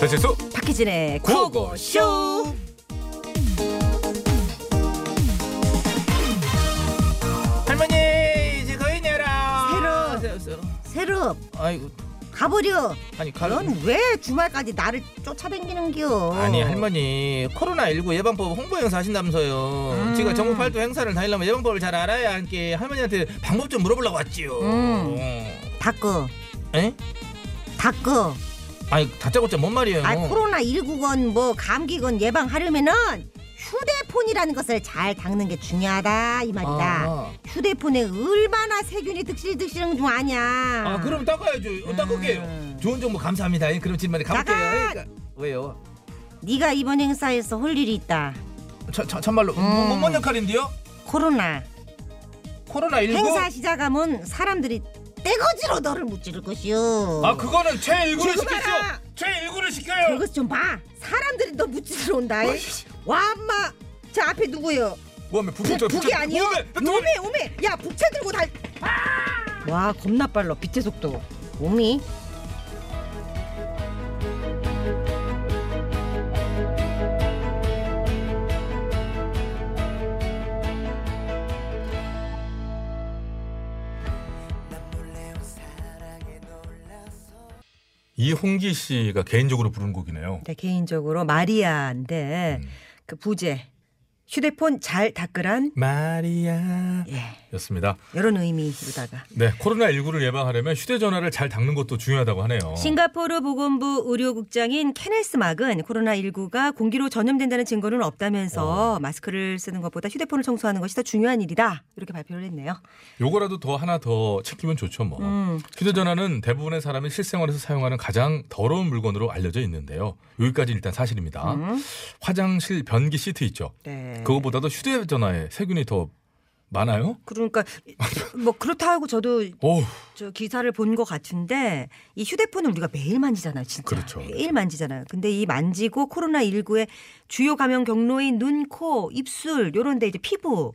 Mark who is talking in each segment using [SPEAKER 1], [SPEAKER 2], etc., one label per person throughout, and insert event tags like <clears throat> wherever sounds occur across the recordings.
[SPEAKER 1] 배칠수
[SPEAKER 2] 박희진의
[SPEAKER 1] 구호고쇼.
[SPEAKER 2] 구호고쇼.
[SPEAKER 1] 할머니 지금 있네라.
[SPEAKER 2] 새로. 새롭
[SPEAKER 1] 아이고
[SPEAKER 2] 가보려.
[SPEAKER 1] 아니 가론.
[SPEAKER 2] 넌 왜 주말까지 나를 쫓아다니는겨?
[SPEAKER 1] 아니 할머니 코로나 19 예방법 홍보 행사 하신다면서요.
[SPEAKER 2] 음.
[SPEAKER 1] 제가 전국 팔도 행사를 다니려면 예방법을 잘 알아야 함께 할머니한테 방법 좀 물어보려고 왔지요.
[SPEAKER 2] 음.
[SPEAKER 1] 어.
[SPEAKER 2] 닦어,
[SPEAKER 1] 에?
[SPEAKER 2] 닦어.
[SPEAKER 1] 아니 다짜고짜 뭔 말이에요?
[SPEAKER 2] 아 코로나 19건 뭐 감기건 예방하려면은 휴대폰이라는 것을 잘 닦는 게 중요하다 이 말이다.
[SPEAKER 1] 아.
[SPEAKER 2] 휴대폰에 얼마나 세균이 득실득실한 중 아냐?
[SPEAKER 1] 아 그럼 닦아야죠. 어, 닦을게요.
[SPEAKER 2] 음.
[SPEAKER 1] 좋은 정보 감사합니다. 그럼 지금까지 가볼게요.
[SPEAKER 2] 나가!
[SPEAKER 1] 그러니까. 왜요?
[SPEAKER 2] 네가 이번 행사에서 할 일이 있다.
[SPEAKER 1] 저, 저, 참말로
[SPEAKER 2] 음.
[SPEAKER 1] 뭐, 뭐, 뭔 역할인데요?
[SPEAKER 2] 코로나.
[SPEAKER 1] 코로나 19.
[SPEAKER 2] 행사 시작하면 사람들이 떼거지로 너를 무찌를 것이오.
[SPEAKER 1] 아 그거는 최 1구를
[SPEAKER 2] 지금
[SPEAKER 1] 시켰죠.
[SPEAKER 2] 알아!
[SPEAKER 1] 최 1구를 시켜요.
[SPEAKER 2] 그것 좀 봐. 사람들이 너 무찌들 온다. 이. 와 엄마. 저 앞에 누구요?
[SPEAKER 1] 뭐하면 북
[SPEAKER 2] 북, 북이 아니요? 오메 오메. 야 북채 들고 달. 와 겁나 빨라. 빛의 속도. 오미.
[SPEAKER 3] 이홍기 씨가 개인적으로 부른 곡이네요.
[SPEAKER 4] 네, 개인적으로 마리아인데
[SPEAKER 2] 음.
[SPEAKER 4] 그 부제 휴대폰 잘 닦으란
[SPEAKER 3] 마리아
[SPEAKER 4] 예
[SPEAKER 3] 였습니다.
[SPEAKER 4] 이런 의미로다가
[SPEAKER 3] 네, 코로나19를 예방하려면 휴대전화를 잘 닦는 것도 중요하다고 하네요.
[SPEAKER 2] 어.
[SPEAKER 4] 싱가포르 보건부 의료국장인 케네스 막은 코로나19가 공기로 전염된다는 증거는 없다면서
[SPEAKER 2] 어.
[SPEAKER 4] 마스크를 쓰는 것보다 휴대폰을 청소하는 것이 더 중요한 일이다 이렇게 발표를 했네요.
[SPEAKER 3] 요거라도 더 하나 더 챙기면 좋죠 뭐.
[SPEAKER 4] 음.
[SPEAKER 3] 휴대전화는 대부분의 사람이 실생활에서 사용하는 가장 더러운 물건으로 알려져 있는데요. 여기까지 일단 사실입니다.
[SPEAKER 2] 음.
[SPEAKER 3] 화장실 변기 시트 있죠.
[SPEAKER 4] 음. 네.
[SPEAKER 3] 어? 그거보다도 휴대전화에 세균이 더 많아요?
[SPEAKER 4] 그러니까 뭐 그렇다고 저도
[SPEAKER 3] 오,
[SPEAKER 4] 저 기사를 본 것 같은데 이 휴대폰을 우리가 매일 만지잖아요, 진짜.
[SPEAKER 3] 그렇죠.
[SPEAKER 4] 매일 만지잖아요. 근데 이 만지고 코로나 19의 주요 감염 경로인 눈, 코, 입술 요런데 이제 피부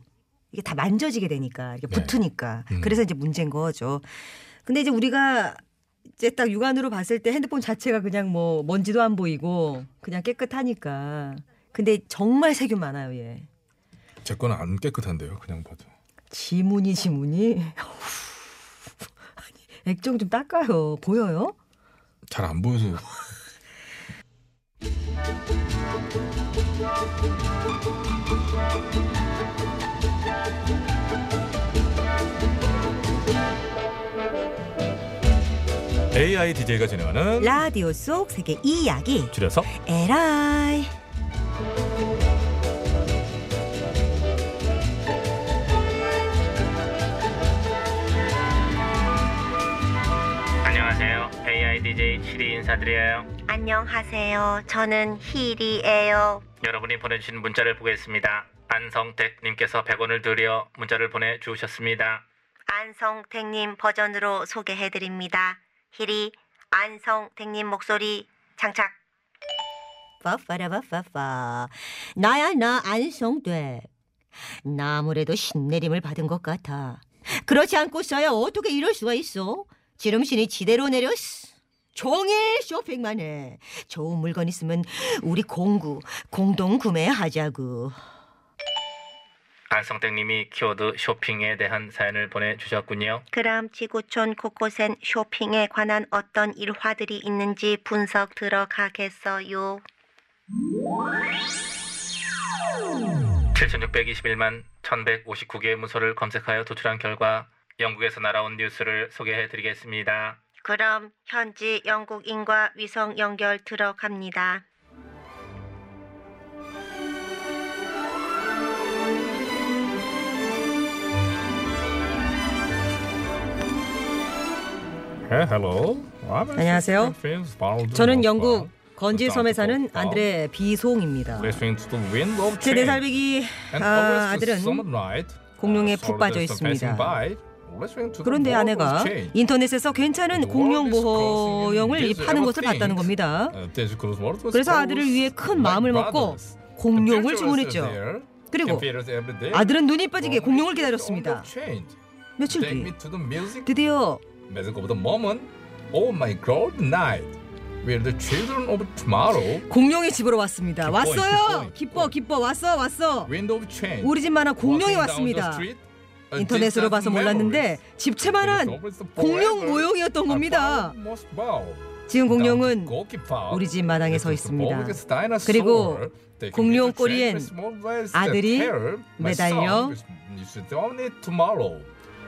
[SPEAKER 4] 이게 다 만져지게 되니까 이게
[SPEAKER 3] 네.
[SPEAKER 4] 붙으니까
[SPEAKER 3] 음.
[SPEAKER 4] 그래서 이제 문제인 거죠. 근데 이제 우리가 이제 딱 육안으로 봤을 때 핸드폰 자체가 그냥 뭐 먼지도 안 보이고 그냥 깨끗하니까. 근데 정말 세균 많아요, 얘.
[SPEAKER 3] 제 거는 안 깨끗한데요. 그냥 봐도.
[SPEAKER 4] 지문이 지문이. 아니, 액정 좀 닦아요. 보여요?
[SPEAKER 3] 잘 안 보여서 AI DJ가 진행하는
[SPEAKER 4] 라디오 속 세계 이야기
[SPEAKER 3] 줄여서
[SPEAKER 4] 에라이
[SPEAKER 5] 안녕하세요. AI DJ 시리 인사드려요.
[SPEAKER 2] 안녕하세요. 저는 힐이에요.
[SPEAKER 5] 여러분이 보내주신 문자를 보겠습니다. 안성택님께서 100원을 들여 문자를 보내주셨습니다.
[SPEAKER 2] 안성택님 버전으로 소개해드립니다. 힐이 안성택님 목소리 장착. 빠빠라빠빠빠. 나야 나 안성돼. 나 아무래도 신내림을 받은 것 같아. 그렇지 않고서야 어떻게 이럴 수가 있어? 지름신이 지대로 내렸어. 종일 쇼핑만 해. 좋은 물건 있으면 우리 공구 공동 구매하자고.
[SPEAKER 5] 안성택님이 키워드 쇼핑에 대한 사연을 보내주셨군요.
[SPEAKER 2] 그럼 지구촌 곳곳엔 쇼핑에 관한 어떤 일화들이 있는지 분석 들어가겠어요.
[SPEAKER 5] 7621만 1159개의 문서를 검색하여 도출한 결과 영국에서 날아온 뉴스를 소개해드리겠습니다.
[SPEAKER 2] 그럼 현지 영국인과 위성 연결 들어갑니다.
[SPEAKER 3] Hello.
[SPEAKER 4] 안녕하세요. 저는
[SPEAKER 3] 음,
[SPEAKER 4] 영국
[SPEAKER 3] 아,
[SPEAKER 4] 건지 섬에 사는 안드레 비송입니다. 제
[SPEAKER 3] 네, 제네
[SPEAKER 4] 네살배기 아, 아들은
[SPEAKER 3] 아,
[SPEAKER 4] 공룡에 푹 빠져 있습니다. 그런데 아내가 인터넷에서 괜찮은 공룡 보호용을 파는 것을 봤다는 겁니다.
[SPEAKER 3] Uh, 그래서 아들을 위해 큰 마음을 먹고
[SPEAKER 4] 공룡을 주문했죠. 그리고
[SPEAKER 3] 그리고 아들이
[SPEAKER 4] 아들은 눈이 빠지게 공룡을 기다렸습니다. 며칠
[SPEAKER 3] Oh
[SPEAKER 4] 뒤 드디어
[SPEAKER 3] We're the children of tomorrow.
[SPEAKER 2] 공룡이 집으로 왔습니다.
[SPEAKER 3] 기뻐요,
[SPEAKER 2] 왔어요.
[SPEAKER 3] 기뻐요, 기뻐요.
[SPEAKER 2] 기뻐 기뻐 왔어 왔어.
[SPEAKER 3] Wind of change.
[SPEAKER 2] 우리 집만한 공룡이
[SPEAKER 3] Walking down the
[SPEAKER 2] 왔습니다.
[SPEAKER 3] street, a
[SPEAKER 2] 인터넷으로
[SPEAKER 3] distant
[SPEAKER 2] 봐서 몰랐는데
[SPEAKER 3] memories.
[SPEAKER 2] 집채만한 공룡 모형이었던 겁니다.
[SPEAKER 3] I must bow.
[SPEAKER 2] 지금 공룡은
[SPEAKER 3] Goalkeeper.
[SPEAKER 2] 우리 집 마당에 서
[SPEAKER 3] This is the
[SPEAKER 2] 있습니다.
[SPEAKER 3] biggest dinosaur.
[SPEAKER 2] 그리고
[SPEAKER 3] They can
[SPEAKER 2] 공룡
[SPEAKER 3] get the
[SPEAKER 2] 꼬리엔
[SPEAKER 3] shape, small ways, the
[SPEAKER 2] 아들이
[SPEAKER 3] tail. My son
[SPEAKER 2] 매달려
[SPEAKER 3] is- is the only tomorrow.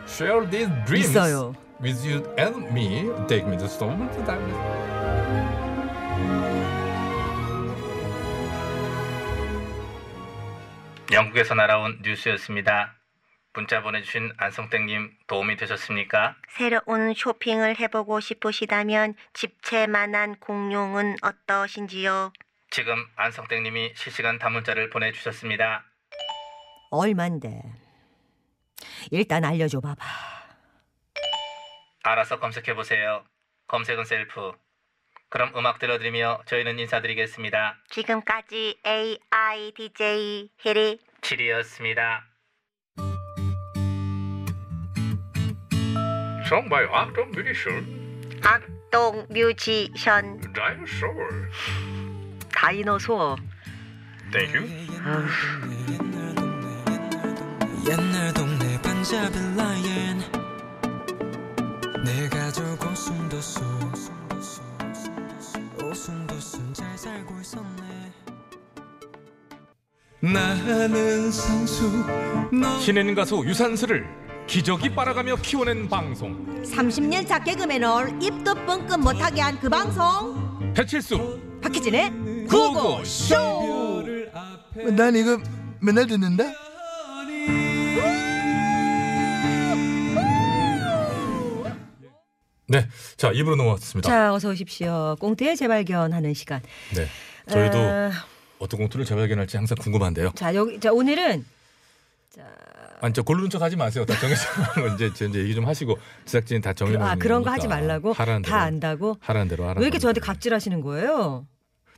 [SPEAKER 3] Share these dreams
[SPEAKER 2] 있어요.
[SPEAKER 3] with you and me. Take me to storm to time.
[SPEAKER 5] 영국에서 날아온 뉴스였습니다. 문자 보내주신 안성땡님 도움이 되셨습니까?
[SPEAKER 4] 새로운 쇼핑을 해보고 싶으시다면 집채만한 공룡은 어떠신지요?
[SPEAKER 5] 지금 안성땡님이 실시간 단문자를 보내주셨습니다.
[SPEAKER 6] 얼만데? 일단 알려줘 봐봐.
[SPEAKER 5] 알아서 검색해보세요. 검색은 셀프. 그럼 음악 들려드리며 저희는 인사드리겠습니다.
[SPEAKER 4] 지금까지 AI DJ 히리
[SPEAKER 5] 7이었습니다.
[SPEAKER 3] Song by Acton Munition,
[SPEAKER 4] 악동 뮤지션
[SPEAKER 3] Dinosaur.
[SPEAKER 4] 다이노소어
[SPEAKER 3] Thank you.
[SPEAKER 7] 옛날 동네 반자빌 라이엔 내 가족 오순도순 오순도순 잘 살고 있었네 나는 상수 너
[SPEAKER 3] 신인 가수 유산슬을 기적이 빨아가며 키워낸 방송
[SPEAKER 6] 30년 차 개그맨을 입도 뻥끗 못하게 한 그 방송
[SPEAKER 3] 배칠수
[SPEAKER 6] 박혜진의
[SPEAKER 3] 구호고
[SPEAKER 6] 쇼.
[SPEAKER 8] 난 이거 맨날 듣는다.
[SPEAKER 3] 네, 자 입으로 넘어왔습니다.
[SPEAKER 2] 자 어서 오십시오. 꽁트의 재발견하는 시간.
[SPEAKER 3] 네, 저희도
[SPEAKER 2] 아,
[SPEAKER 3] 어떤 공투를 재발견할지 항상 궁금한데요.
[SPEAKER 2] 자 여기 자 오늘은
[SPEAKER 3] 아니 저 고르는 척 하지 마세요. 다 정해서 이제 제 이제 얘기 좀 하시고 제작진 다 정해.
[SPEAKER 2] 아 그런 거 하지 말라고
[SPEAKER 3] 하라는 대로
[SPEAKER 2] 다 안다고.
[SPEAKER 3] 하라는 대로 하라.
[SPEAKER 2] 왜 이렇게 저한테 갑질하시는 거예요?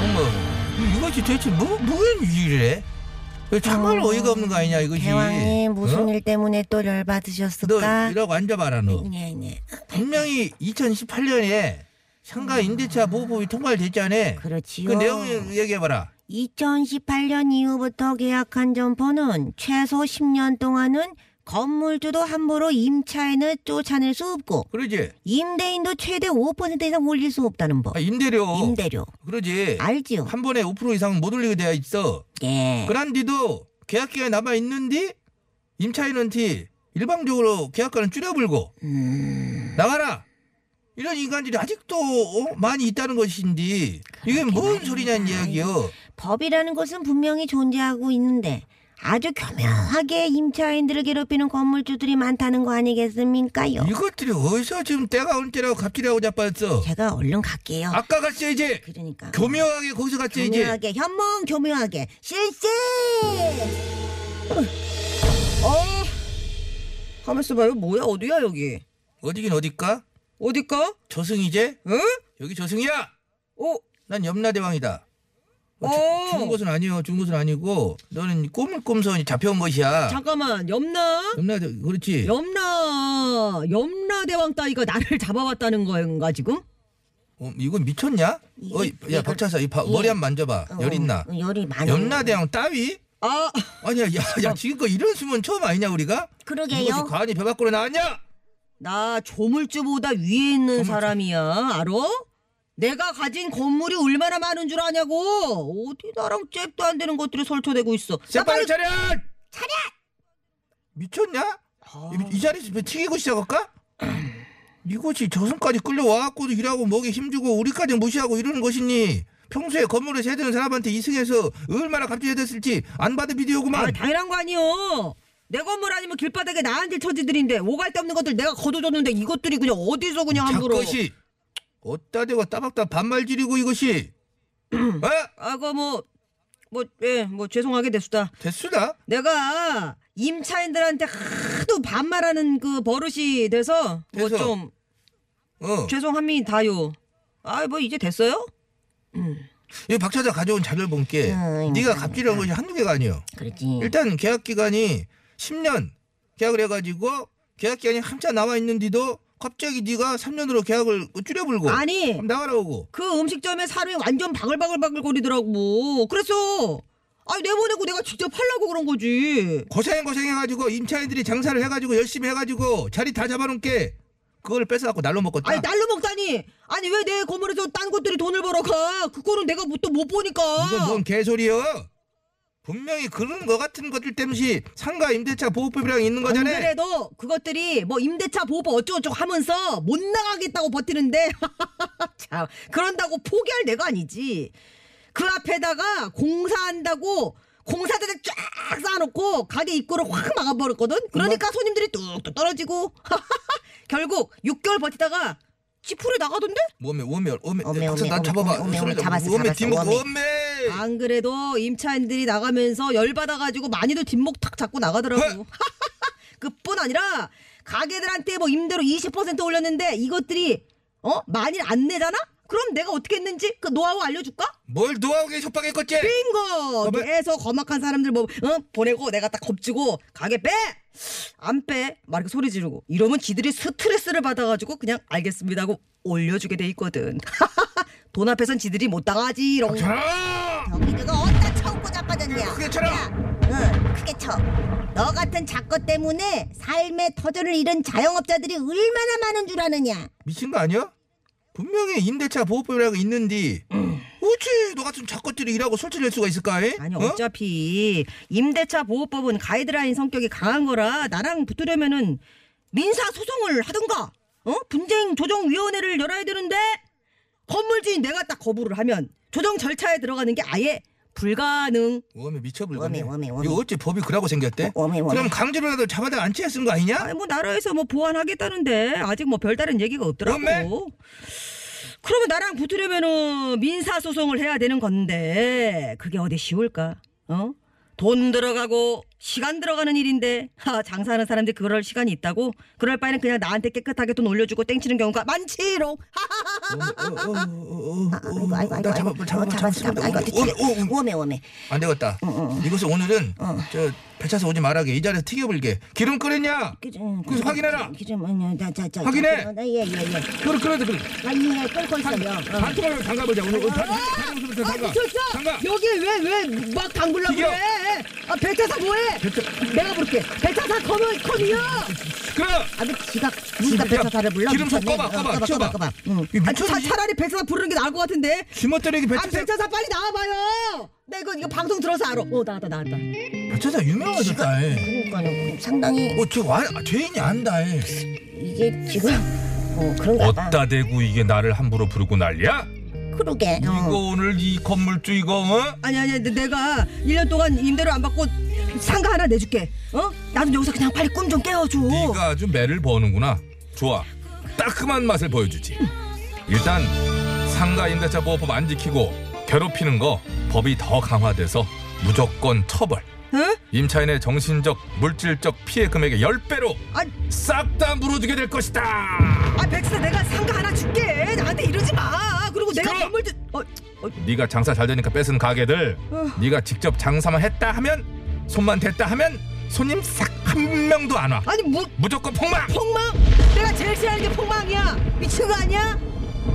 [SPEAKER 9] 어머, 이거지 대체 뭐, 뭔 일이래? 이거 정말
[SPEAKER 4] 어,
[SPEAKER 9] 어이가 없는 거 아니냐 이거지.
[SPEAKER 4] 대왕이 무슨
[SPEAKER 9] 어?
[SPEAKER 4] 일 때문에 또
[SPEAKER 9] 너
[SPEAKER 4] 열받으셨을까?
[SPEAKER 9] 이러고 앉아봐라 너.
[SPEAKER 4] 네네
[SPEAKER 9] 분명히 2018년에 상가 임대차 보호법이 통과됐잖아.
[SPEAKER 4] 그렇지요.
[SPEAKER 9] 그 내용 얘기해봐라.
[SPEAKER 4] 2018년 이후부터 계약한 점포는 최소 10년 동안은 건물주도 함부로 임차인을 쫓아낼 수 없고
[SPEAKER 9] 그러지.
[SPEAKER 4] 임대인도 최대 5% 이상 올릴 수 없다는 법.
[SPEAKER 9] 아, 임대료.
[SPEAKER 4] 임대료.
[SPEAKER 9] 그러지.
[SPEAKER 4] 알지요?
[SPEAKER 9] 한 번에 5% 이상 못 올리게 되어 있어.
[SPEAKER 4] 예.
[SPEAKER 9] 그런 뒤도 계약 기간이 남아 있는데 임차인한테 일방적으로 계약가는 줄여불고
[SPEAKER 4] 음.
[SPEAKER 9] 나가라 이런 인간들이 아직도 어? 많이 있다는 것인데 이게 뭔 소리냐는 이야기요.
[SPEAKER 4] 법이라는 것은 분명히 존재하고 있는데 아주 교묘하게 임차인들을 괴롭히는 건물주들이 많다는 거 아니겠습니까요?
[SPEAKER 9] 이것들이 어디서 지금 때가 올 때라고 갑질하고 자빠졌어.
[SPEAKER 4] 제가 얼른 갈게요.
[SPEAKER 9] 아까 갔어야지.
[SPEAKER 4] 그러니까
[SPEAKER 9] 교묘하게 거기서 갔어야지.
[SPEAKER 4] 교묘하게 현몽 교묘하게 실세. 어.
[SPEAKER 2] 하면서 봐요. 뭐야 어디야 여기?
[SPEAKER 9] 어디긴 어딜까?
[SPEAKER 2] 어디까?
[SPEAKER 9] 저승이제?
[SPEAKER 2] 응?
[SPEAKER 9] 여기 저승이야.
[SPEAKER 2] 어?
[SPEAKER 9] 난 염라대왕이다. 어, 주-
[SPEAKER 2] 어.
[SPEAKER 9] 죽은 것은 아니요. 죽은 것은 아니고 너는 꼬물꼬물선이 잡혀온 것이야.
[SPEAKER 2] 잠깐만 염라?
[SPEAKER 9] 염라대 그렇지.
[SPEAKER 2] 염라 염라 대왕 따위가 나를 잡아왔다는 건가 지금?
[SPEAKER 9] 어, 이거 미쳤냐? 어, 이- 야
[SPEAKER 4] 이거-
[SPEAKER 9] 박차사 이 바-
[SPEAKER 4] 예.
[SPEAKER 9] 머리 한 번 만져봐.
[SPEAKER 4] 어,
[SPEAKER 9] 열 있나?
[SPEAKER 4] 어, 열이 많이.
[SPEAKER 9] 염라대왕 따위?
[SPEAKER 2] 아
[SPEAKER 9] 아니야, 야, 야 지금껏 이런 수문 처음 아니냐 우리가? 이것이
[SPEAKER 4] 어. 그러게요.
[SPEAKER 9] 과언이 배 밖으로 나왔냐?
[SPEAKER 2] 나 조물주보다 위에 있는 사람이야. 알어?
[SPEAKER 4] 내가 가진 건물이 얼마나 많은 줄 아냐고. 어디 나랑 잽도 안 되는 것들이 설쳐대고 있어. 나 빨리
[SPEAKER 9] 재빨리 차렷! 차렷! 미쳤냐?
[SPEAKER 7] 아.
[SPEAKER 4] 아.
[SPEAKER 9] 이, 이 자리에서 튀기고 시작할까? 이곳이 저승까지 끌려와갖고도 일하고 먹이 힘주고 우리까지 무시하고 이러는 것이니 평소에 건물에 세드는 사람한테 이승해서 얼마나 갑질해댔을지 안 받은 비디오구만
[SPEAKER 4] 아, 당연한 거 아니요. 내 건물 아니면 길바닥에 나앉을 처지들인데 오갈 데 없는 것들 내가 거둬줬는데 이것들이 그냥 어디서 그냥 함부로.
[SPEAKER 9] 자것이 어따 대고 따박따 반말 지르고 이것이
[SPEAKER 4] 음.
[SPEAKER 9] 어?
[SPEAKER 4] 아거 뭐. 뭐, 예, 뭐, 죄송하게 됐수다.
[SPEAKER 9] 됐수다
[SPEAKER 4] 내가 임차인들한테 하도 반말하는 그 버릇이 돼서, 뭐
[SPEAKER 9] 돼서.
[SPEAKER 4] 좀,
[SPEAKER 9] 어.
[SPEAKER 4] 죄송합니다요. 아, 뭐, 이제 됐어요?
[SPEAKER 9] 이박 차자 가져온 자료를 본게
[SPEAKER 4] 아,
[SPEAKER 9] 네가 갑질한 것이 한두 개가 아니요
[SPEAKER 4] 그렇지.
[SPEAKER 9] 일단 계약 기간이 10년 계약을 해가지고 계약 기간이 한참 남아 있는데도 갑자기 네가 3년으로 계약을 줄여불고
[SPEAKER 4] 아니.
[SPEAKER 9] 그럼 나가라 오고
[SPEAKER 4] 그 음식점에 사람이 완전 바글바글바글 거리더라고. 그래서 아 내보내고 내가 직접 팔라고 그런 거지.
[SPEAKER 9] 고생 고생해가지고 임차인들이 장사를 해가지고 열심히 해가지고 자리 다 잡아놓은 게 그걸 뺏어갖고 날로 먹었다
[SPEAKER 4] 아니 날로 먹다니. 아니 왜 내 건물에서 딴 것들이 돈을 벌어가? 그거는 내가 뭐 또 못 보니까.
[SPEAKER 9] 이건 뭔 개소리여 분명히 그런 거 같은 것들 때문에 상가 임대차 보호법이랑 있는
[SPEAKER 4] 안
[SPEAKER 9] 거잖아
[SPEAKER 4] 그래도 그것들이 뭐 임대차 보호법 어쩌고저쩌고 하면서 못 나가겠다고 버티는데 <laughs> 참 그런다고 포기할 내가 아니지 그 앞에다가 공사한다고 공사대를 쫙 쌓아놓고 가게 입구를 확 막아버렸거든 그러니까 손님들이 뚝뚝 떨어지고 <laughs> 결국 6개월 버티다가 지푸레 나가던데
[SPEAKER 9] 오메 오메 오메
[SPEAKER 4] 오메,
[SPEAKER 9] 박사
[SPEAKER 4] 오메,
[SPEAKER 9] 난
[SPEAKER 4] 오메,
[SPEAKER 9] 잡아봐
[SPEAKER 4] 오메, 오메,
[SPEAKER 9] 손을 잡아.
[SPEAKER 4] 잡았어,
[SPEAKER 9] 오메
[SPEAKER 4] 잡았어,
[SPEAKER 9] 뒷목
[SPEAKER 4] 오메.
[SPEAKER 9] 오메
[SPEAKER 4] 안 그래도 임차인들이 나가면서 열받아가지고 많이들 뒷목 탁 잡고 나가더라고. <laughs> 그뿐 아니라 가게들한테 뭐 임대료 20% 올렸는데 이것들이 어 많이 안 내잖아? 그럼 내가 어떻게 했는지 그 노하우 알려줄까?
[SPEAKER 9] 뭘 노하우게 협박했겠지
[SPEAKER 4] 빙고!
[SPEAKER 9] 어메.
[SPEAKER 4] 계속 거막한 사람들 뭐 어? 보내고 내가 딱 겁주고 가게 빼! 안 빼! 막 이렇게 소리 지르고 이러면 지들이 스트레스를 받아가지고 그냥 알겠습니다 하고 올려주게 돼 있거든. <laughs> 돈 앞에선 지들이 못 당하지 이런 거.
[SPEAKER 9] 아!
[SPEAKER 10] 여기 누가 어디다 쳐웃고 자빠졌냐?
[SPEAKER 9] 크게 쳐라!
[SPEAKER 10] 야, 응, 크게 쳐. 너 같은 작거 때문에 삶의 터전을 잃은 자영업자들이 얼마나 많은 줄 아느냐?
[SPEAKER 9] 미친 거 아니야? 분명히 임대차 보호법이라고 있는데 어찌 너 같은 작것들이 일하고 술취할 수가 있을까? 에?
[SPEAKER 4] 아니
[SPEAKER 9] 어?
[SPEAKER 4] 어차피 임대차 보호법은 가이드라인 성격이 강한 거라 나랑 붙으려면은 민사 소송을 하든가 어 분쟁 조정 위원회를 열어야 되는데 건물주인 내가 딱 거부를 하면 조정 절차에 들어가는 게 아예 불가능.
[SPEAKER 9] 워메 미쳐불거네
[SPEAKER 10] 워메, 워메, 워메.
[SPEAKER 9] 이거 어찌 법이 그라고 생겼대?
[SPEAKER 10] 워메,
[SPEAKER 4] 어.
[SPEAKER 10] 워메.
[SPEAKER 9] 그럼 강제로라도 잡아다 안치에 쓴 거 아니냐?
[SPEAKER 4] 아니 뭐 나라에서 뭐 보완하겠다는데 아직 뭐 별다른 얘기가
[SPEAKER 9] 엄매?
[SPEAKER 4] 없더라고. 그러면 나랑 붙으려면은 민사 소송을 해야 되는 건데 그게 어디 쉬울까? 어? 돈 들어가고 시간 들어가는 일인데 하, 장사하는 사람들이 그럴 시간이 있다고 그럴 바에는 그냥 나한테 깨끗하게 돈 올려주고 땡치는 경우가 많지롱.
[SPEAKER 9] 어,
[SPEAKER 10] 아, 아이고, 아이고, 아이고.
[SPEAKER 9] 나 잡아,
[SPEAKER 10] 아이고,
[SPEAKER 9] 잡아,
[SPEAKER 10] 어,
[SPEAKER 9] 잡아,
[SPEAKER 10] 잡았어, 잡았어. 아이고,
[SPEAKER 9] 잡아.
[SPEAKER 10] 어떻게.
[SPEAKER 9] 어, 어, 어.
[SPEAKER 10] 오메, 오메.
[SPEAKER 9] 안 되겠다. 이것을 오늘은 저 배차서 오지 말아게 이 자리에서 튀겨볼게. 기름 끓였냐?
[SPEAKER 10] 기름,
[SPEAKER 9] 그래서 확인해라.
[SPEAKER 10] 기름, 아니, 나, 자, 자.
[SPEAKER 9] 확인해.
[SPEAKER 10] 자, 나, 예, 예, 예.
[SPEAKER 9] 그래 그래 그래.
[SPEAKER 10] 아니, 예, 끓고 있어요. 어.
[SPEAKER 9] 반통을 담가보자. 오늘
[SPEAKER 4] 아,
[SPEAKER 10] 아,
[SPEAKER 9] 반- 반통부터 담가. 담가.
[SPEAKER 4] 여기 왜 왜 막 담글라고
[SPEAKER 9] 튀겨.
[SPEAKER 4] 아 배차사 뭐해? 내가 부를게. 배차사 커머 커미요.
[SPEAKER 9] 그래.
[SPEAKER 10] 아주 지가, 지가 배차사를 불러.
[SPEAKER 9] 기름 좀
[SPEAKER 10] 미쳤네.
[SPEAKER 9] 꺼봐,
[SPEAKER 10] 어,
[SPEAKER 9] 꺼봐,
[SPEAKER 10] 꺼봐,
[SPEAKER 9] 쥐어봐.
[SPEAKER 10] 꺼봐. 응.
[SPEAKER 9] 이
[SPEAKER 4] 아, 차,
[SPEAKER 9] 미쳤니?
[SPEAKER 4] 차라리 배차사 부르는 게 나을 것 같은데.
[SPEAKER 9] 주먹때리기
[SPEAKER 4] 아,
[SPEAKER 9] 배차서.
[SPEAKER 4] 백차사 빨리 나와봐요. 나 이거 이거 방송 들어서 알아. 어 나왔다 나왔다.
[SPEAKER 9] 배차서 유명하셨다.
[SPEAKER 10] 그러니까요. 상당히
[SPEAKER 9] 어저 죄인이 안다. 에.
[SPEAKER 10] 이게 지금, 어, 그런가 봐.
[SPEAKER 3] 어따 대고 이게 나를 함부로 부르고 난리야?
[SPEAKER 10] 그러게. 어.
[SPEAKER 3] 이거 오늘 이 건물주 이거 어?
[SPEAKER 4] 아니 아니 내- 내가 1년 동안 임대료 안 받고 상가 하나 내줄게. 어? 나도 여기서 그냥 빨리 꿈 좀 깨워줘.
[SPEAKER 3] 네가 아주 매를 버는구나. 좋아. 따끔한 맛을 보여주지. 일단 상가 임대차 보호법 안 지키고 괴롭히는 거 법이 더 강화돼서 무조건 처벌.
[SPEAKER 4] 응?
[SPEAKER 3] 임차인의 정신적, 물질적 피해 금액의 10배로
[SPEAKER 4] 아,
[SPEAKER 3] 싹 다 물어주게 될 것이다.
[SPEAKER 4] 아 백사 내가 상가 하나 줄게. 나한테 이러지 마. 그리고 내가
[SPEAKER 3] 시끄러워.
[SPEAKER 4] 건물주 어, 어
[SPEAKER 3] 네가 장사 잘 되니까 뺏은 가게들 네가 직접 장사만 했다 하면 손만 댔다 하면 손님 싹 한 명도 안 와.
[SPEAKER 4] 아니 뭐
[SPEAKER 3] 무조건 폭망.
[SPEAKER 4] 폭망? 내가 제일 싫어하는 게 폭망이야. 미친 거 아니야?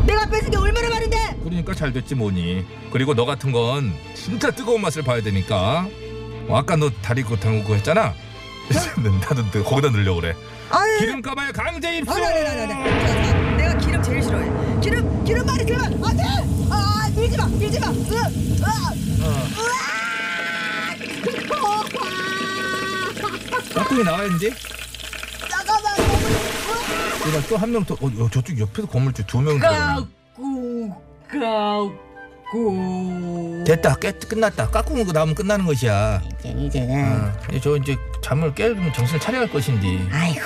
[SPEAKER 4] 내가 뺏은 게 얼마나 많은데?
[SPEAKER 3] 그러니까 잘 됐지 뭐니. 그리고 너 같은 건 진짜 뜨거운 맛을 봐야 되니까. 어, 아까 너 다리 그거 담그고 했잖아.
[SPEAKER 2] 네?
[SPEAKER 3] <laughs> 나도 또 거기다 넣으려고 그래.
[SPEAKER 4] 아유.
[SPEAKER 2] 네,
[SPEAKER 3] 기름 까봐야 강제 입수.
[SPEAKER 4] 아니 아니 아니 아니. 내가 기름 제일 싫어해. 기름 이런 말이 그러면 안 돼! 아, 밀지 마, 밀지 마!
[SPEAKER 3] 어.
[SPEAKER 4] 으, 으아! 으아!
[SPEAKER 9] 짝꿍이 나와 있는지?
[SPEAKER 4] 잠깐만,
[SPEAKER 9] 이봐 또 한 명 더. 어, 어, 저쪽 옆에서 건물주 두
[SPEAKER 4] 아,
[SPEAKER 9] 명. 더.
[SPEAKER 4] 까꿍, 까꿍.
[SPEAKER 9] 됐다. 깨, 끝났다. 까꿍은 그 나오면 끝나는 것이야.
[SPEAKER 10] 이제 네. 이제는
[SPEAKER 9] 어, 이제 저 이제 잠을 깨면 정신을 차려야 할 것인데.
[SPEAKER 10] 아이고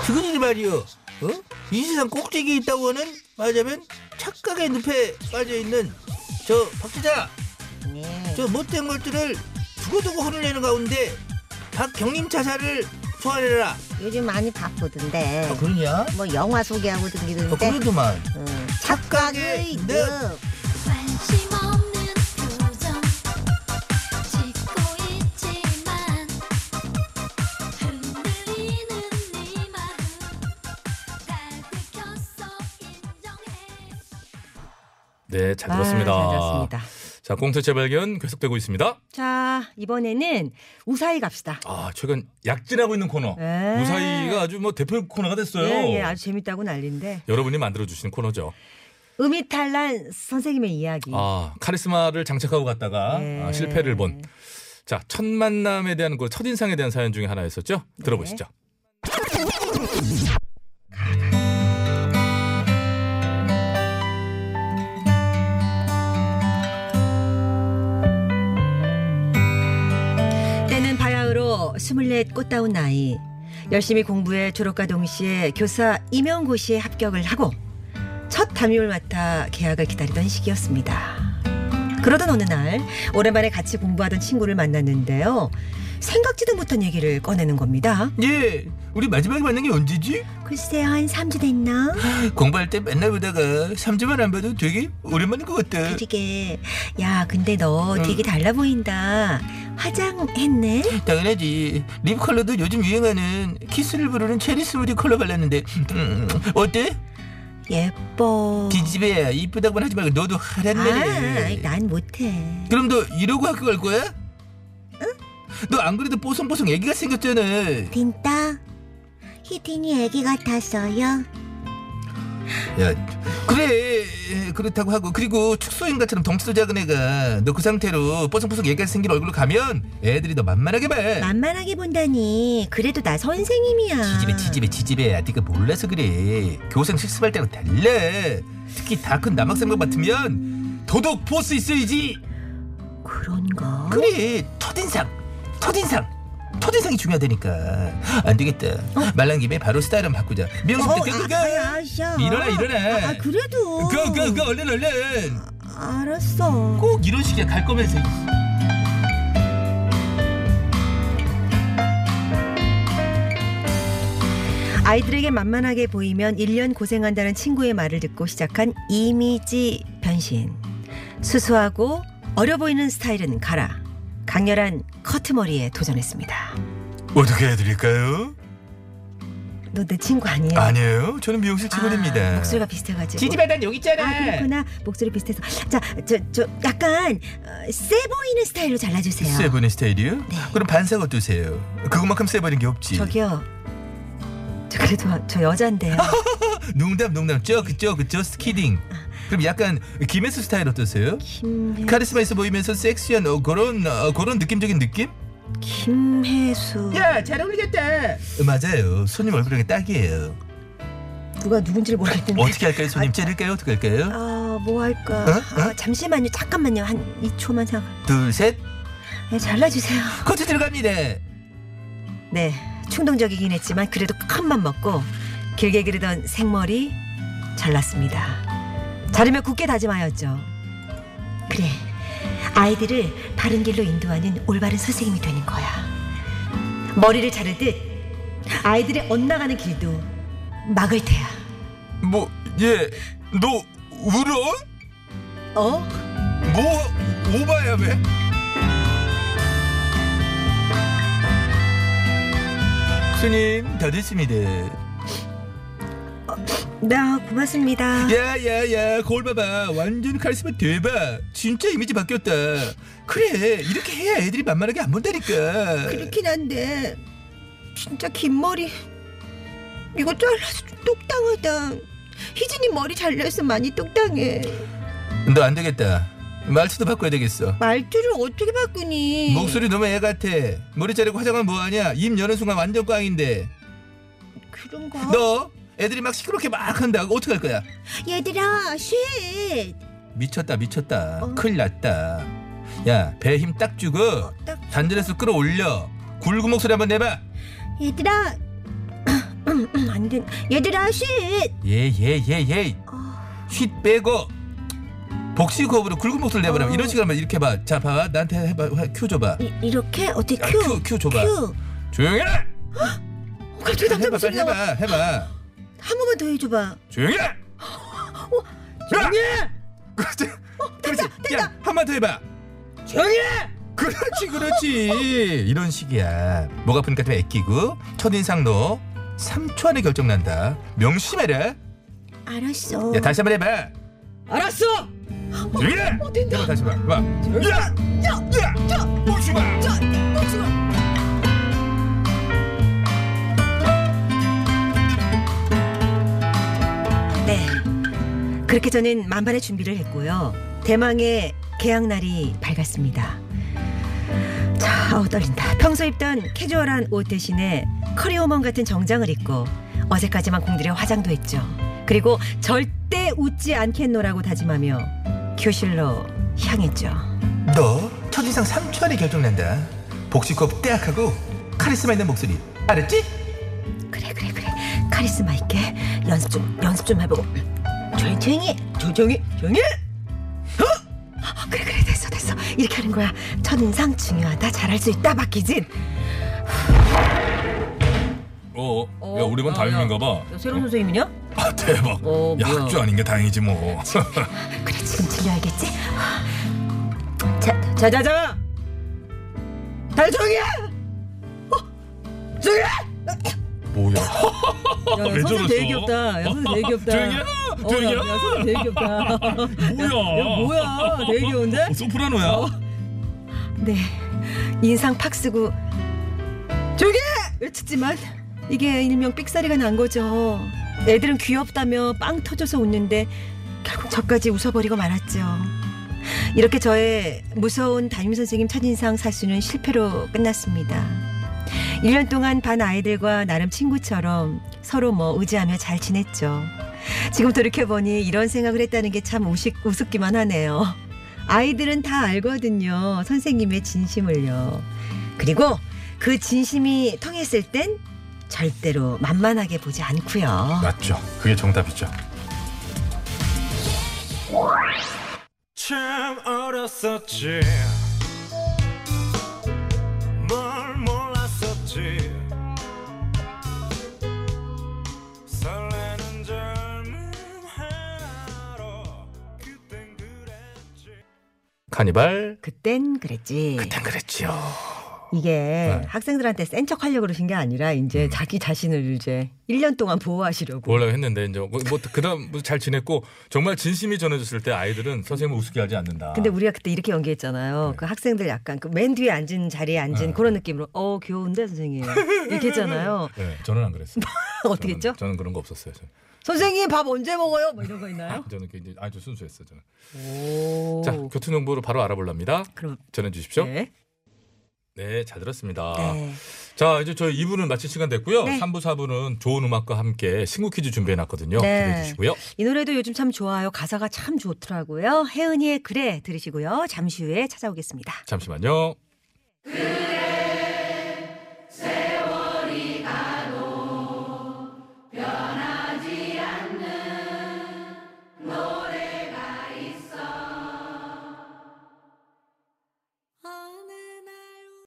[SPEAKER 9] 그거는 말이요. 어? 이 세상 꼭대기에 있다고 하는 말하자면 착각의 늪에 빠져 있는 저
[SPEAKER 10] 네.
[SPEAKER 9] 박지자 네. 저 못된 것들을 두고두고 혼내는 가운데 박경림 차사를 소환해라.
[SPEAKER 10] 요즘 많이 바쁘던데
[SPEAKER 9] 아, 그러냐?
[SPEAKER 10] 뭐 영화 소개하고
[SPEAKER 9] 아,
[SPEAKER 10] 등기는데
[SPEAKER 9] 그래도만
[SPEAKER 4] 음,
[SPEAKER 10] 응. 착각의
[SPEAKER 9] 착각의 네. 늪.
[SPEAKER 10] 늪
[SPEAKER 11] 관심 없는 표정 짓고 있지만 흔들리는 네 마음 날 들켰어 인정해
[SPEAKER 3] 네, 잘
[SPEAKER 2] 아,
[SPEAKER 3] 들었습니다.
[SPEAKER 2] 잘 들었습니다.
[SPEAKER 3] 자, 꽁트 재발견 계속되고 있습니다.
[SPEAKER 2] 자, 이번에는 우사히 갑시다.
[SPEAKER 3] 아, 최근 약진하고 있는 코너.
[SPEAKER 2] 네.
[SPEAKER 3] 무사히가 아주 뭐 대표 코너가 됐어요.
[SPEAKER 2] 예, 예, 아주 재밌다고 난리인데.
[SPEAKER 3] 여러분이 만들어주시는 코너죠.
[SPEAKER 2] 음이탈란 선생님의 이야기.
[SPEAKER 4] 네.
[SPEAKER 3] 아, 카리스마를 장착하고 갔다가
[SPEAKER 2] 네.
[SPEAKER 3] 아, 실패를 본. 자, 첫 만남에 대한 그 첫인상에 대한 사연 중에 하나였었죠? 들어보시죠.
[SPEAKER 2] 때는 바야흐로 24 꽃다운 나이 열심히 공부해 졸업과 동시에 교사 임용고시에 합격을 하고 첫 담임을 맡아 계약을 기다리던 시기였습니다. 그러던 어느 날 오랜만에 같이 공부하던 친구를 만났는데요. 생각지도 못한 얘기를 꺼내는 겁니다.
[SPEAKER 9] 예, 우리 마지막에 만난 게 언제지?
[SPEAKER 2] 글쎄요 한 3주 됐나?
[SPEAKER 9] 공부할 때 맨날 보다가 3주만 안 봐도 되게 오랜만인 것 같다.
[SPEAKER 2] 그러게 야 근데 네, 너
[SPEAKER 9] 응.
[SPEAKER 2] 뭐 되게 달라 보인다. 화장했네?
[SPEAKER 9] 당연하지. 립 컬러도 요즘 유행하는 키스를 부르는 체리 스무디 컬러 발랐는데 음, 어때?
[SPEAKER 2] 예뻐.
[SPEAKER 9] 기집애야 이쁘다고만 하지 말고 너도 하란
[SPEAKER 2] 아,
[SPEAKER 9] 말이야.
[SPEAKER 2] 난 못해.
[SPEAKER 9] 그럼 너 이러고 학교 갈 거야? 너 안 그래도 뽀송뽀송 애기가 생겼잖아.
[SPEAKER 10] 빈따 히팅이 애기 같았어요
[SPEAKER 9] 그래 그렇다고 하고 그리고 축소인간처럼 덩치도 작은 애가 너 그 상태로 뽀송뽀송 애기가 생긴 얼굴로 가면 애들이 너 만만하게 봐.
[SPEAKER 2] 만만하게 본다니 그래도 나 선생님이야
[SPEAKER 9] 지집애 지집애 지집애야 아, 네가 몰라서 그래 교생 실습할 때랑 달라 특히 다 큰 남학생과 맡으면 도덕 보스 있어야지
[SPEAKER 2] 그런가
[SPEAKER 9] 그래 첫인상 첫인상 첫인상이 중요하다니까 안 되겠다 말랑 김에 바로 스타일을 바꾸자
[SPEAKER 2] 어,
[SPEAKER 9] 미영씨
[SPEAKER 2] 아,
[SPEAKER 9] 그그그
[SPEAKER 2] 아, 샤.
[SPEAKER 9] 일어나, 일어나.
[SPEAKER 2] 아, 그래도
[SPEAKER 9] 그그그 얼른 얼른
[SPEAKER 2] 알았어
[SPEAKER 9] 꼭 이런 식이야 갈 거면서
[SPEAKER 2] 아이들에게 만만하게 보이면 1년 고생한다는 친구의 말을 듣고 시작한 이미지 변신 수수하고 어려 보이는 스타일은 가라 강렬한 커트머리에 도전했습니다
[SPEAKER 9] 어떻게 해드릴까요?
[SPEAKER 2] 너 내 친구 아니에요?
[SPEAKER 9] 아니에요 저는 미용실
[SPEAKER 2] 아, 목소리가 비슷해가지고
[SPEAKER 9] 지집애 난 여기 있잖아
[SPEAKER 2] 아 그렇구나 목소리 비슷해서 자 저 저 약간 어, 세 보이는 스타일로 잘라주세요
[SPEAKER 9] 세븐의 스타일이요? 그럼 반삭 어떠세요? 그것만큼 세븐인 게 없지
[SPEAKER 2] 네. 저기요. 저 그래도 저 여잔데요.
[SPEAKER 9] 농담 농담 저그 저그 저스 키딩 그럼 약간 김혜수 스타일 어떠세요?
[SPEAKER 2] 김
[SPEAKER 9] 카리스마 있어 보이면서 섹시한 어, 그런 어, 그런 느낌적인 느낌?
[SPEAKER 2] 김혜수.
[SPEAKER 9] 야잘 어울리겠다 맞아요 손님 얼굴형이 딱이에요
[SPEAKER 2] 누가 누군지를 모르겠는데.
[SPEAKER 9] 어떻게 할까요 손님 째릴까요 어떻게 할까요?
[SPEAKER 2] 아뭐 할까?
[SPEAKER 4] 어?
[SPEAKER 2] 아, 잠시만요. 잠깐만요. 한 2초만 생각.
[SPEAKER 9] 둘셋
[SPEAKER 2] 네, 잘라주세요.
[SPEAKER 9] 커트 들어갑니다
[SPEAKER 2] 네 충동적이긴 했지만 그래도 큰맘 먹고 길게 기르던 생머리 잘랐습니다. 자르며 굳게 다짐하였죠. 그래 아이들을 바른 길로 인도하는 올바른 선생님이 되는 거야. 머리를 자르듯 아이들의 엇나가는 길도 막을 테야.
[SPEAKER 9] 뭐,
[SPEAKER 3] 뭐예너 울어?
[SPEAKER 2] 어?
[SPEAKER 3] 뭐 오바야 왜?
[SPEAKER 9] 손님 다 됐습니다
[SPEAKER 4] 네, 고맙습니다.
[SPEAKER 9] 야야야 거울 봐봐 완전 카리스마 대박 진짜 이미지 바뀌었다 그래 이렇게 해야 애들이 만만하게 안 본다니까
[SPEAKER 12] 그렇긴 한데 진짜 긴 머리 이거 잘라서 좀 똑당하다. 희진이 머리 잘라서 많이 똑당해.
[SPEAKER 9] 너 안 되겠다 말투도 바꿔야 되겠어
[SPEAKER 12] 말투를 어떻게 바꾸니?
[SPEAKER 9] 목소리 너무 애 같아 머리 자르고 화장하면 뭐하냐 입 여는 순간 완전 꽝인데
[SPEAKER 12] 그런가?
[SPEAKER 9] 너 애들이 막 시끄럽게 막 한다 어떡할 거야
[SPEAKER 11] 얘들아 쉿
[SPEAKER 9] 미쳤다 미쳤다 아, 큰일 났다 야 배 힘 딱 주고 단전에서 끌어올려 굴구 목소리 한번 내봐
[SPEAKER 12] <clears throat>
[SPEAKER 11] 얘들아 안된 얘들아 쉿
[SPEAKER 9] 예, 예예예예 쉿 빼고 복식호흡으로 굵은 목소리 내보라 이런 식으로 한번 이렇게 해봐 자 봐봐 나한테 해봐 화- 큐 줘봐
[SPEAKER 11] 이렇게 어떻게
[SPEAKER 9] 아,
[SPEAKER 11] 큐
[SPEAKER 9] 큐, 큐 줘봐
[SPEAKER 11] 큐.
[SPEAKER 9] 조용히 해라
[SPEAKER 12] 어, 갑자기 남자
[SPEAKER 9] 해봐
[SPEAKER 12] 목소리
[SPEAKER 9] 빨리
[SPEAKER 12] 나와.
[SPEAKER 9] 해봐 해봐
[SPEAKER 12] 한 번만 더 해줘봐. 어,
[SPEAKER 9] 조용히 해라
[SPEAKER 12] 조용히 어,
[SPEAKER 9] 그렇지 야 한 번 더 해봐
[SPEAKER 12] 조용히
[SPEAKER 9] 그렇지 그렇지 이런 식이야 목 아프니까 좀 애끼고 첫인상도 3초 안에 결정난다 명심해라
[SPEAKER 11] 알았어
[SPEAKER 9] 야 다시 한번 해봐
[SPEAKER 12] 알았어.
[SPEAKER 9] 조용히 해라
[SPEAKER 12] 어, 된다.
[SPEAKER 9] 야, 다시 해봐 봐
[SPEAKER 12] 야! 야! 야! 야!
[SPEAKER 9] 오지마
[SPEAKER 12] 오지마!
[SPEAKER 4] 네. 그렇게 저는 만반의 준비를 했고요. 대망의 개학 날이 밝았습니다. 자, 어우 떨린다. 평소 입던 캐주얼한 옷 대신에 커리어먼 같은 정장을 입고 어제까지만 공들여 화장도 했죠. 그리고 절대 웃지 않겠노라고 다짐하며 교실로 향했죠.
[SPEAKER 9] 너 첫인상 3초 안에 결정난다 복식호흡 떼악 하고 카리스마 있는 목소리 알았지?
[SPEAKER 4] 그래 그래 그래 카리스마 있게 연습 좀 연습 좀 해보고 조용히 조용히 조- 조용히 조용히 어? 어, 그래 그래 됐어 됐어 이렇게 하는 거야 첫인상 중요하다 잘할 수 있다 박기진
[SPEAKER 3] 어,
[SPEAKER 4] 어,
[SPEAKER 3] 야 우리 반
[SPEAKER 4] 야,
[SPEAKER 3] 다행인가 봐.
[SPEAKER 4] 야, 어, 새로운 선생님이냐?
[SPEAKER 3] 아 대박.
[SPEAKER 4] 어,
[SPEAKER 3] 야
[SPEAKER 4] 뭐야.
[SPEAKER 3] 학교 아닌 게 다행이지 뭐.
[SPEAKER 4] 그래 지금 들려야겠지 자, 자자자
[SPEAKER 12] 다 조용히 해! 어? 조용히 해!
[SPEAKER 3] 뭐야?
[SPEAKER 12] 야,
[SPEAKER 3] 왜
[SPEAKER 12] 선생 되게
[SPEAKER 3] 저랬어?
[SPEAKER 12] 귀엽다. 야, 선생 되게 귀엽다.
[SPEAKER 3] <laughs> 조용히 해! 조용히 해!
[SPEAKER 12] 어, 야, 야, 선생 되게 귀엽다.
[SPEAKER 3] 뭐야?
[SPEAKER 12] 야, 뭐야? 되게 귀여운데?
[SPEAKER 3] 어, 소프라노야.
[SPEAKER 4] 네 인상 팍 쓰고
[SPEAKER 12] 조용히
[SPEAKER 4] 외쳤지만 이게 일명 삑사리가 난 거죠. 애들은 귀엽다며 빵 터져서 웃는데 결국 저까지 웃어버리고 말았죠. 이렇게 저의 무서운 담임 선생님 첫인상 사수는 실패로 끝났습니다. 1년 동안 반 아이들과 나름 친구처럼 서로 뭐 의지하며 잘 지냈죠. 지금 돌이켜보니 이런 생각을 했다는 게 참 우습기만 하네요. 아이들은 다 알거든요. 선생님의 진심을요. 그리고 그 진심이 통했을 땐 절대로 만만하게 보지 않고요.
[SPEAKER 3] 맞죠. 그게 정답이죠.
[SPEAKER 13] 참 어렸었지 뭘 몰랐었지 설레는 젊음 하나로 그땐 그랬지
[SPEAKER 3] 카니발.
[SPEAKER 4] 그땐 그랬지.
[SPEAKER 3] 그땐 그랬지요.
[SPEAKER 4] 이게
[SPEAKER 3] 네. 음.
[SPEAKER 4] 학생들한테 센 척 하려고 그러신 게 아니라 이제 자기 자신을 이제 1년 동안 보호하시려고.
[SPEAKER 3] 원래 했는데 이제 뭐 그다음 뭐잘 지냈고 정말 진심이 전해졌을 때 아이들은 선생님을 우습게 하지 않는다.
[SPEAKER 4] 근데 우리가 그때 이렇게 연기했잖아요.
[SPEAKER 3] 네.
[SPEAKER 4] 그 학생들 약간 그 맨 뒤에 앉은 자리에 앉은 그런 느낌으로 어 귀여운데 선생님
[SPEAKER 3] <laughs>
[SPEAKER 4] 이렇게 했잖아요.
[SPEAKER 3] 네, 저는 안 그랬어요.
[SPEAKER 4] 뭐 어떻게 했죠?
[SPEAKER 3] 저는, 저는 그런 거 없었어요. 저는,
[SPEAKER 12] 선생님 밥 언제 먹어요? 뭐 이런 거 있나요?
[SPEAKER 3] 저는 굉장히 아주 순수했어요. 저는.
[SPEAKER 4] 오.
[SPEAKER 3] 자 교통 정보를 바로 알아볼랍니다.
[SPEAKER 4] 그럼
[SPEAKER 3] 전해주십시오.
[SPEAKER 4] 네.
[SPEAKER 3] 네, 잘 들었습니다.
[SPEAKER 4] 네.
[SPEAKER 3] 자, 이제 저희 2부는 마칠 시간 됐고요.
[SPEAKER 4] 네.
[SPEAKER 3] 3부, 4부는 좋은 음악과 함께 신곡 퀴즈 준비해놨거든요.
[SPEAKER 4] 네.
[SPEAKER 3] 기대해 주시고요.
[SPEAKER 4] 이 노래도 요즘 참 좋아요. 가사가 참 좋더라고요. 혜은이의 그래 들으시고요. 잠시 후에 찾아오겠습니다.
[SPEAKER 3] 잠시만요.
[SPEAKER 14] 그래